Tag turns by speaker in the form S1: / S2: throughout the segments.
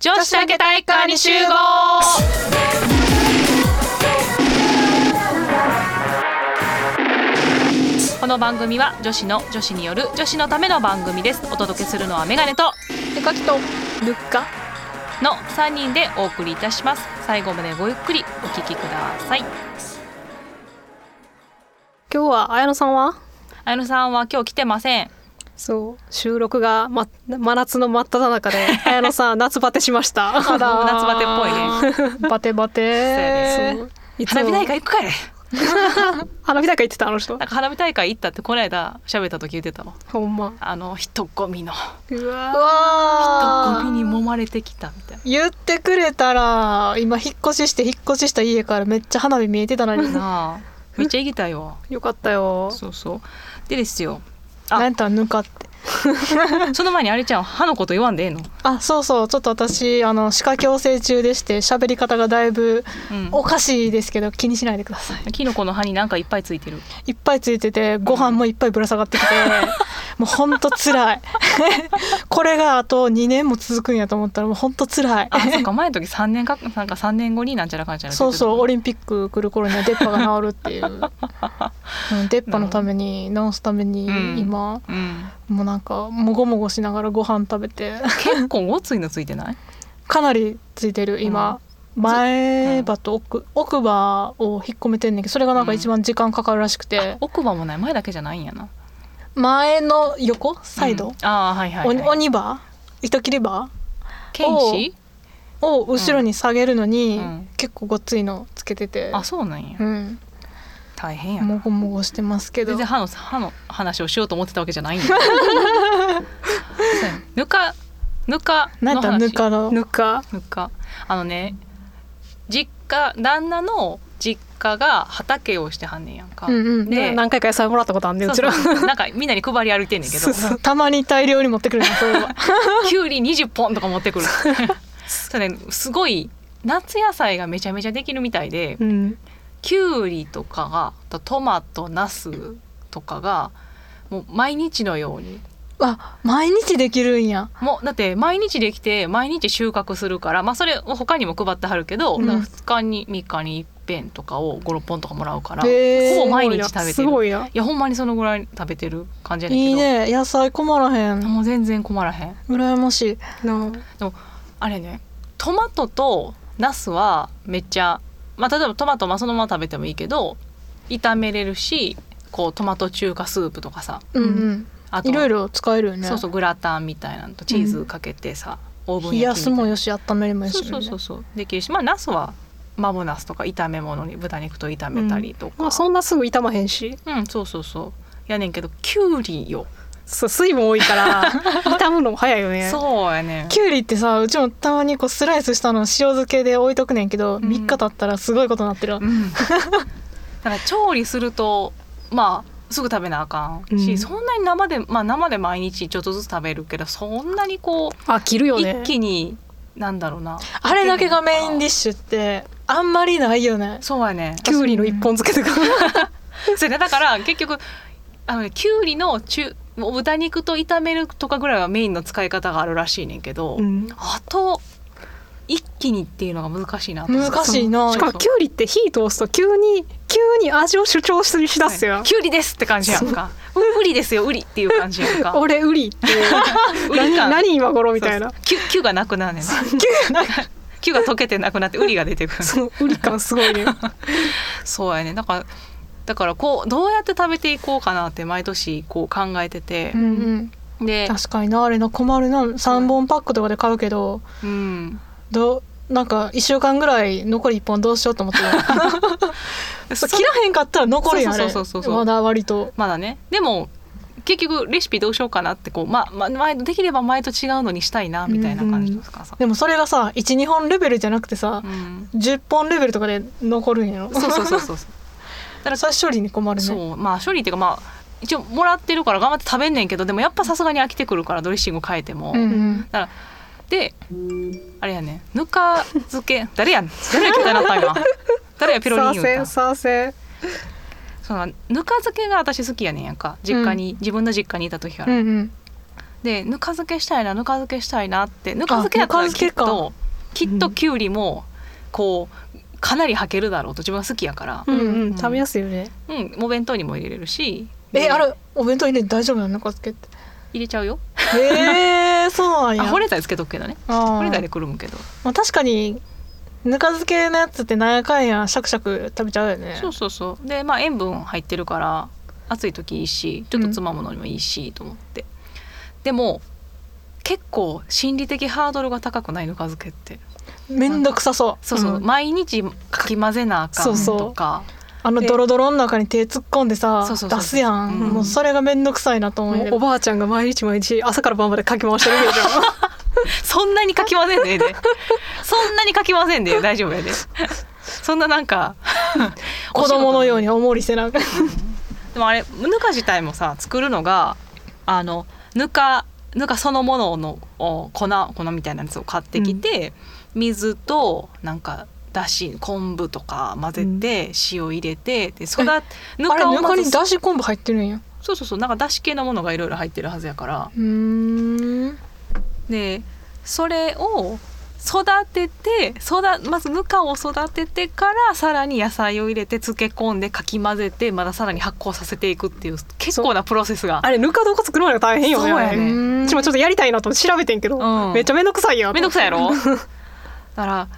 S1: 女子だけ体育館に集合この番組は女子の女子による女子のための番組ですお届けするのはメガネと
S2: でかきとぬっか
S1: の3人でお送りいたします最後までごゆっくりお聞きください
S2: 今日は綾乃さんは
S1: あのさんは今日来てません
S2: そう収録が、ま、真夏の真っ只中で 綾乃さん夏バテしました
S1: あら夏バテっ
S2: ぽいねバテバテ
S1: そうやね
S2: いつも
S1: 花火大会行くかい
S2: 花火大会行ってたあの人
S1: なんか花火大会行ったってこの間喋った時言ってたの
S2: ほんま
S1: あの人混みの
S2: う
S3: う
S2: わ
S3: わ
S1: 人混みに揉まれてきたみたいな
S3: 言ってくれたら今引っ越しして引っ越しした家からめっちゃ花火見えてたのに
S1: なあめっちゃいきたよ
S2: よかったよ
S1: そうそうでですよあ
S3: なんとはぬかって
S1: その前にあれちゃん歯のこと言わんでええの、
S3: あそうそうちょっと私あの歯科矯正中でして喋り方がだいぶ
S1: うん、
S3: おかしいですけど気にしないでください
S1: キノコの歯になんかいっぱいついてる
S3: いっぱいついててご飯もいっぱいぶら下がってきてもうほんとつらい これがあと2年も続くんやと思ったらもうほんとつらい
S1: あそっか前の時3年かなんか3年後になんちゃらかんちゃら
S3: そうそうオ
S1: 俺
S3: リンピック来る頃には出っ歯が治るっていううん出っ歯のために治すために
S1: うん
S3: 今、
S1: うん
S3: もうなんかもごもごしながらご飯食べて
S1: 結構ごついのついてない
S3: かなりついてる今、前歯と奥奥歯を引っ込めてんねんけどそれがなんか一番時間かかるらしくて、
S1: 奥歯もない前だけじゃないんやな
S3: 前の横サイ
S1: う
S3: ド
S1: ん、ああはいはい、はい、
S3: お鬼歯糸切り歯
S1: 剣士
S3: を後ろに下げるのに、
S1: うん
S3: 結構ごっついのつけてて、
S1: あそうなんや
S3: うん、
S1: 大変やな
S3: もごもごしてますけど
S1: 全然歯の歯の話をしようと思ってたわけじゃないん だそうやぬかぬか
S3: なん
S1: の
S3: だ
S1: 話
S3: ぬかの
S2: ぬか
S1: ぬかあのね実家旦那の実家が畑をしてはんねんやんか、
S3: うんうん
S1: で
S2: な何回か野菜もらったことあんでう
S1: そう
S2: ち
S1: そう
S2: ら
S1: そうなんかみんなに配り歩いてんねんけど
S3: たまに大量に持ってくるのそういえば
S1: きゅうり20本とか持ってくるそれ、ね、すごい夏野菜がめちゃめちゃできるみたいで
S3: うん
S1: きゅうりとかがあとトマトナスとかがもう毎日のように
S3: あ毎日できるんや
S1: もうだって毎日できて毎日収穫するから、まあ、それを他にも配ってはるけど、
S3: うん
S1: 2日に3日に一遍とかを56本とかもらうから、
S3: へー
S1: ほぼ毎日食べてる
S2: すごいない
S1: やほんまにそのぐらい食べてる感じやねんけど
S3: いいね野菜困らへん
S1: もう全然困らへん
S3: 羨ましい
S2: な
S1: あれねトマトとナスはめっちゃ、まあ、例えばトマトまあそのまま食べてもいいけど炒めれるしこうトマト中華スープとかさ
S3: うんうん、
S1: あと
S3: いろいろ使えるよね
S1: そうそうグラタンみたいなのとチーズかけてさ、オーブン
S3: 冷や
S1: 焼き
S3: す
S1: みた
S3: も
S1: いな
S3: よし温めるもよ
S1: そう
S3: し、
S1: そうそうそうできるしまあナスはマボナスとか炒め物に豚肉と炒めたりとか、
S2: まあそんなすぐ傷まへんし
S1: うんそうそうそうやねんけどきゅうりよ、
S2: そう水分多いから 傷むのも早いよね
S1: そうやねん
S3: きゅうりってさうちもたまにこうスライスしたの塩漬けで置いとくねんけど、
S1: ん
S3: 三3日経ったらすごいことになってる、
S1: うん、 だから調理するとまあすぐ食べなあかんし、
S2: うん
S1: そんなに生で、まあ、生で毎日ちょっとずつ食べるけどそんなにこ
S2: あ切る
S1: う、
S2: よね
S1: 一気になんだろうな
S3: あれだけがメインディッシュってあんまりないよね
S1: そうやね
S2: きゅうりの一本漬けとか
S1: それねだから結局あのねきゅうりの中豚肉と炒めるとかぐらいはメインの使い方があるらしいねんけど、
S2: うん
S1: あと一気にっていうのが難しいなと思って
S3: 難しいな
S2: しかもきゅうりって火通すと急に急に味を主張しだすよ、
S1: はいきゅうりですって感じやんかうウリですよウリっていう感じや んか
S2: 俺ウリって
S1: ウリ
S2: 何
S1: 感
S2: 何今頃みたい
S1: そ
S2: な
S1: うそうキュキュがなくなるねん キュが溶けてなくなってウリが出てくる
S2: そのウリ感すごいね
S1: そうやねだからだからこうどうやって食べていこうかなって毎年こう考えてて
S3: う、んうん
S1: で、
S3: 確かになあれな困るな3本パックとかで買うけど
S1: うん、
S3: どうなんか1週間ぐらい残り1本どうしようと思って た
S1: そ
S3: 切らへんかったら残るやんあれ
S1: そうそうそうそうそう
S3: まだ割と
S1: まだねでも結局レシピどうしようかなってこう、まあまあ、前できれば前と違うのにしたいなみたいな感じですかさ、
S3: でもそれがさ12本レベルじゃなくてさ、
S1: うん
S3: 10本レベルとかで残るんやろ
S1: そうそうそうそうそう
S3: だから処理に困る ね
S1: そうまあ処理っていうかまあ一応もらってるから頑張って食べんねんけどでもやっぱさすがに飽きてくるからドレッシング変えても、
S3: うんうん、
S1: であれやねぬか漬け誰やん誰やみたいになったんや誰やピロリン言うた
S2: 賛成
S1: そのぬか漬けが私好きやねんやんか実家に、自分の実家にいた時か
S3: う
S1: ら、
S3: んうん
S1: でぬか漬けしたいなぬか漬けしたいなってぬか漬けやった
S3: あ
S1: ら
S3: ぬか
S1: きっ
S3: 漬けか
S1: ときっと
S2: うん
S1: きゅうりもこうかなりはけるだろうと自分は好きやから、
S2: う
S3: う
S2: んうんん、食べやすいよね。
S1: うん、お弁当にも入れれるし
S3: え
S1: で
S3: あれお弁当入れて大丈夫なのぬか漬け って
S1: 入れちゃうよ
S3: えー、そうなんや
S1: あ掘れたらつけとくけどね
S3: あ
S1: 掘れた
S3: ー
S1: らくるむけど
S3: まあ、確かにぬか漬けのやつってなんやかんやシャクシャク食べちゃうよね
S1: そうそうそうでまあ塩分入ってるから暑い時いいしちょっとつまむのにもいいしと思って、でも結構心理的ハードルが高くないぬか漬けって
S3: めんどくさそう
S1: そうそう、
S3: ん
S1: 毎日かき混ぜなあかん
S3: そうそう
S1: とか
S3: あのドロドロの中に手突っ込んでさ
S1: そうそうそう
S3: 出すやん、
S1: うん
S3: もうそれがめんどくさいなと思
S2: も
S3: うけ
S2: うお
S3: ど
S2: ばあちゃんが毎日毎日朝から晩までかき回してるけ ど
S1: そんなにかき混ぜんでええ でそんなにかき混ぜんでええ大丈夫 やでそんななん か
S3: 子供のようにおもりせなあかん
S1: でもあれぬか自体もさ作るのがあのぬかぬかそのもののお粉粉みたいなやつを買ってきて、水となんかだし昆布とか混ぜて、塩入れてでそこがぬ
S3: あれ
S1: かを
S3: ぬか
S1: ま
S3: に
S1: ず
S3: だし昆布入ってるんや
S1: そうそうそうなんかだし系のものがいろいろ入ってるはずやから
S3: うーん
S1: でそれを育てて育まずぬかを育ててからさらに野菜を入れて漬け込んでかき混ぜてまたさらに発酵させていくっていう結構なプロセスが
S2: あれぬか床作るまでが大変よね
S1: そうや
S2: あれ
S1: ね
S2: うちもちょっとやりたいなと思って調べてんけど、
S1: うん
S2: めっちゃめんどくさいやん
S1: めんどくさいやろだから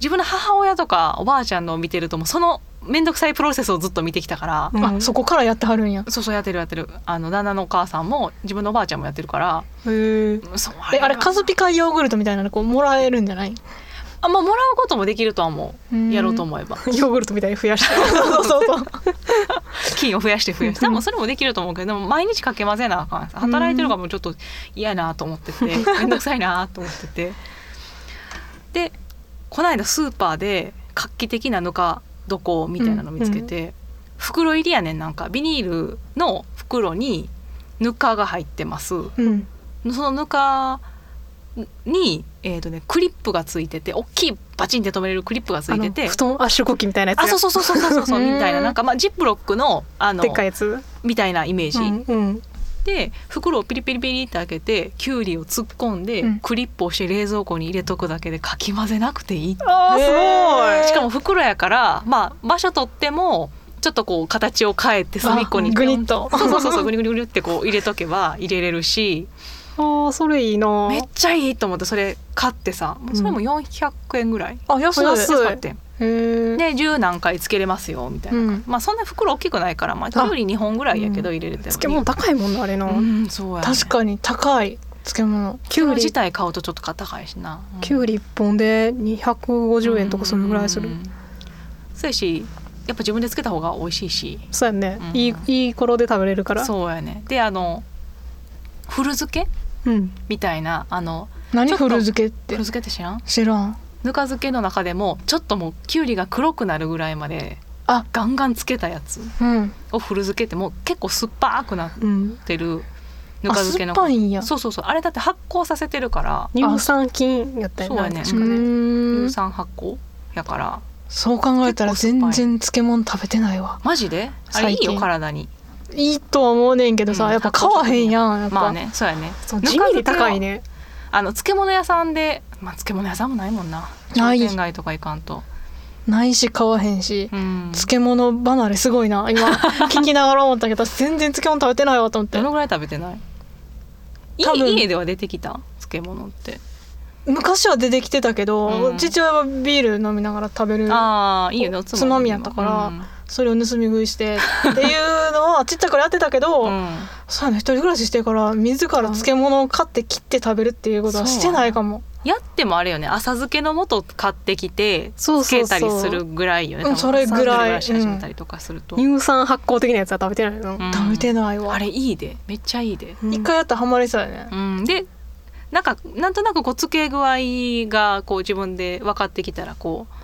S1: 自分の母親とかおばあちゃんのを見てるともうそのめんどくさいプロセスをずっと見てきたから、
S2: うん
S3: あそこからやってはるんや
S1: そうそうやってるやってるあの旦那のお母さんも自分のおばあちゃんもやってるから
S2: へえ
S1: そう
S3: えあれ
S1: は
S3: カズピカヨーグルトみたいなのこうもらえるんじゃ ない
S1: あまあもらうこともできるとは思
S3: う
S1: うんやろうと思えば
S2: ヨーグルトみたいに増やして
S3: そうそうそう
S1: 菌を増やして増や して多分それもできると思うけどでも毎日かけ混ぜなあかん働いてるからもうちょっと嫌やなと思って てめんどくさいなと思っててでこないだスーパーで画期的なぬか床みたいなの見つけて、袋入りやねんなんかビニールの袋にぬかが入ってますそ
S3: うん
S1: のぬかに、えーとね、クリップがついてて大きいバチンって止めれるクリップがついて
S2: あ
S1: て
S2: の布団圧縮機みたいなやつ
S1: あそう
S2: う
S1: そうそうそうそう そうみたいななんかまあジップロックのあの
S2: でっかいやつ
S1: みたいなイメージ、
S2: うんうん
S1: で袋をピリピリピリって開けてきゅうりを突っ込んで、
S3: うん
S1: クリップをして冷蔵庫に入れとくだけでかき混ぜなくていい
S2: あーすごい、
S3: へー
S1: しかも袋やから、まあ、場所取ってもちょっとこう形を変えて隅っこに
S3: あ
S1: ピ
S3: グ
S1: ョン
S3: ニッと
S1: そうそうそうそうグニグニグニってこう入れとけば入れれるし
S2: あーそれいいな
S1: めっちゃいいと思ってそれ買ってさもうそれも400円ぐらい
S3: あ安い
S2: 安い
S1: 使ってん
S3: へー
S1: で10何回つけれますよみたいな、
S3: うん
S1: まあそんな袋大きくないからまあきゅうり2本ぐらいやけど入れれてもいい
S2: 漬物高いもんなあれな、
S1: うんそうやね
S3: 確かに高い漬物
S2: きゅうり
S1: 自体買うとちょっと高いしな、うん
S2: きゅうり一本で250円とかそれぐらいする、
S1: うんそうやしやっぱ自分でつけた方が美味しいし
S2: そうやんね、
S1: うん
S2: いいいい頃で食べれるからう、
S1: そうやねであの古漬け
S2: ん、
S1: みたいなあの
S3: 何
S1: ちょっと
S3: 古漬けっ
S1: 古
S3: て
S1: 漬けって知らん
S3: 知らん
S1: ぬか漬けの中でもちょっともうきゅうりが黒くなるぐらいまで
S3: あ
S1: ガンガンつけたやつ
S3: うん
S1: を古漬けってもう結構酸っぱくなっ
S2: うん、
S1: てるぬ
S3: あ
S1: か漬け
S3: 酸
S1: の
S3: っぱいんや
S1: そうそうそうあれだって発酵させてるから
S2: 乳酸菌やったよ
S1: そうやね
S2: 確
S1: う
S2: か
S1: ん
S3: うー
S1: 乳
S3: ん
S1: 酸発酵やから
S3: そう考えたら
S1: 結構酸っぱ
S3: 全
S1: い
S3: 然漬物食べてないわ
S1: マジであれいい
S3: 最
S1: よ
S3: 近
S1: 体に
S3: いいとは思うねんけどさ、
S1: うん
S3: やっぱ買わへんやんやっぱ、
S1: まあねそうやね
S2: そう
S1: ぬか
S2: 地味に
S1: 漬けは
S2: 高いね
S1: あの漬物屋さんで、まあ、漬物屋さんもないもんな
S3: な
S1: 商
S3: い
S1: 店街とか行かんと、
S3: ないし買わへんし、
S1: うん、
S3: 漬物離れすごいな今聞きながら思ったけど全然漬物食べてないわと思って
S1: どのぐらい食べてないい
S3: 多分
S1: 家では出てきた漬物って、
S3: 昔は出てきてたけど、
S1: うん
S3: 父親はビール飲みながら食べる
S1: ああいいよねお
S3: つまみやったからそれを盗み食いしてっていうのはちっちゃいからやってたけど、
S1: うんうん
S3: そうやね一人暮らししてから自ら漬物を買って切って食べるっていうことはしてないかも
S1: やってもあれよね浅漬けの素買ってきて
S2: そう
S1: 漬
S2: そう
S1: け
S2: そう
S1: たりするぐらいよね
S3: うん
S1: 多分
S3: それぐら
S1: 一人暮
S3: い
S1: らし始めたりとかすると、
S2: 乳酸発酵的なやつは食べてない
S1: う
S2: の、
S1: ん
S3: 食べてないわ、
S1: あれいいでめっちゃいいで、
S2: うん
S3: 一回やったらハマりそうやね、
S1: うん、でなんかなんとなくこう漬け具合がこう自分で分かってきたらこう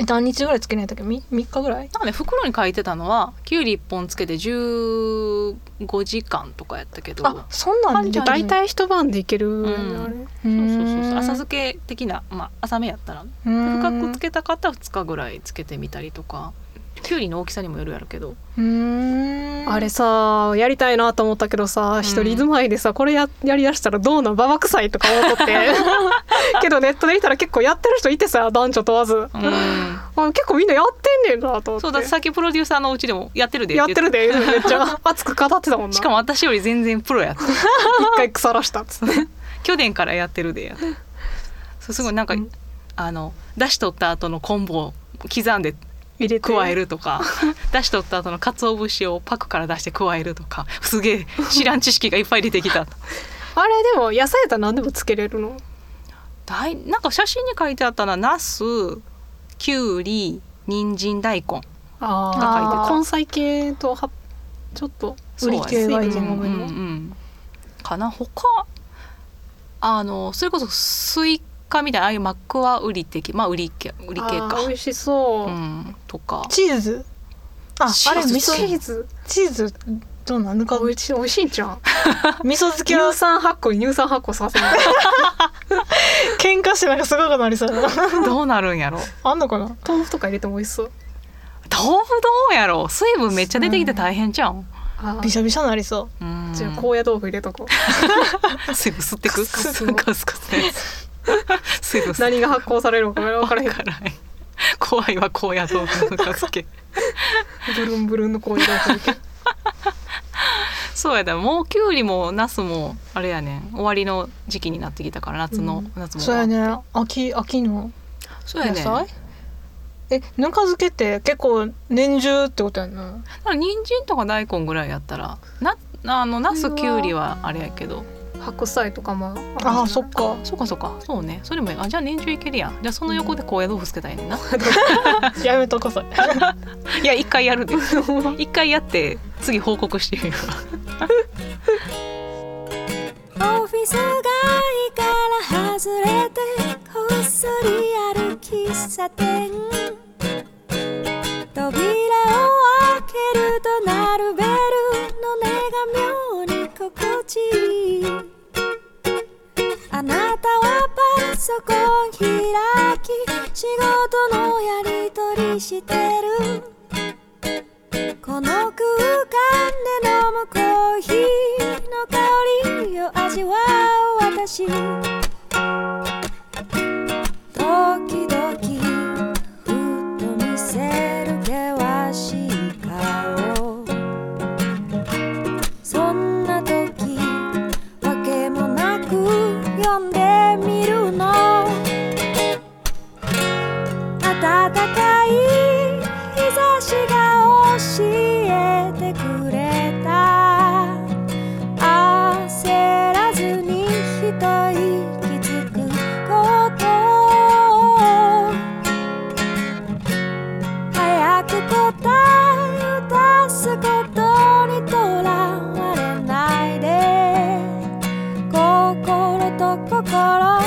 S3: え何日ぐらい漬けないとき3日ぐら
S1: な
S3: い
S1: んかね袋に書いてたのはきゅうり1本つけて15時間とかやったけど
S3: あそんなん
S1: じ
S3: で
S1: ゃあ
S2: 大体一晩でいける、
S1: ん
S2: あれ
S3: う
S1: そうんそうそうそう浅漬け的な、まあ、浅めやったら
S3: うん
S1: 深くつけた方は2日ぐらいつけてみたりとかきゅうりの大きさにもよるやるけど
S3: うーん
S2: あれさやりたいなと思ったけどさ一人住まいでさこれややりだしたらどうなんババ臭いとか思っとって けどネットで見たら結構やってる人いてさ男女問わず、
S1: うん
S2: あ結構みんなやってんねんなと思って
S1: そうだってさっきプロデューサーのうちでもやってるで
S2: やってる
S1: で
S2: でめっち ゃ熱く語ってたもんな
S1: しかも私より全然プロやって
S2: 一回腐らしたっつって
S1: 去年からやってるでや ってそうすごいなんか、
S2: うん
S1: あの出しとった後の昆布を刻んで
S2: 入れて
S1: 加えるとか 出しとった後の鰹節をパックから出して加えるとかすげえ 知らん知識がいっぱい出てきた
S2: あれでも野菜やったら何でもつけれるの
S1: だいなんか写真に書いてあったのはナスきゅうり人参大根
S2: あ
S1: ーなんか入ってた
S2: 根菜系とはちょっと
S1: そうやね
S2: 売り系がいい
S1: うん
S2: も
S1: うん
S2: の
S1: うんかな他あのそれこそスイカみたいなああいうマックは売り的まあ売り系売り系
S2: あ
S1: か
S2: ー、美味しそうう、
S1: ん、とか
S3: チーズあ
S1: チー
S3: あれ
S1: ズ
S3: 味
S2: チ
S3: 噌
S2: ーズ
S3: チーズどうなんぬか
S2: 美味しい美味 しいんじゃん
S3: 味噌漬けは
S2: 乳酸発酵に乳酸発酵させる
S3: 喧嘩してなんかすごくなりそうや な
S1: どうなるんやろ
S3: あんのかな
S2: 豆腐とか入れても美味しそう
S1: 豆腐どうやろ水分めっちゃ出てきて大変じゃん、
S2: あー
S3: びしゃびしゃなりそう
S1: うん、
S2: じゃあ高野豆腐入れとこう
S1: 水分吸ってく
S2: カスカスの
S1: カスカスのやつ水分吸ってく
S2: 何が発酵されるのか分からへん
S1: わからない怖いわ高野豆腐の片付け
S2: ブルンブルンの高野豆腐入 れて
S1: そうやだもうきゅうりもナスもあれやねん終わりの時期になってきたから夏の、
S2: うん
S1: 夏も
S3: そうやね秋秋の
S1: そうや
S3: 野
S1: ね
S3: 菜えぬか漬けって結構年中ってことやんな
S1: だから人参とか大根ぐらいやったらなあのナスきゅうりはあれやけど
S2: 白菜とかも
S3: あーそっか
S1: そうかそうかそうねそれもいいあじゃあ年中いけるやんじゃあその横で高野豆腐つけたいねんな
S3: やめとこそれ
S1: いや一回やるで一回やって次報告してみるわ
S4: オフィス街から外れてこっそりある喫茶店扉を開けると鳴るベルの音が妙に心地いいあなたはパソコン開き仕事のやり取りしてるこの空間で飲むコーヒーの香りを味わう私時々ふっと見せる険しい顔そんな時わけもなく呼んでみるの暖かい日差しが教えてくれた焦らずに一息つくこと早く答えを出すことにとらわれないで心と心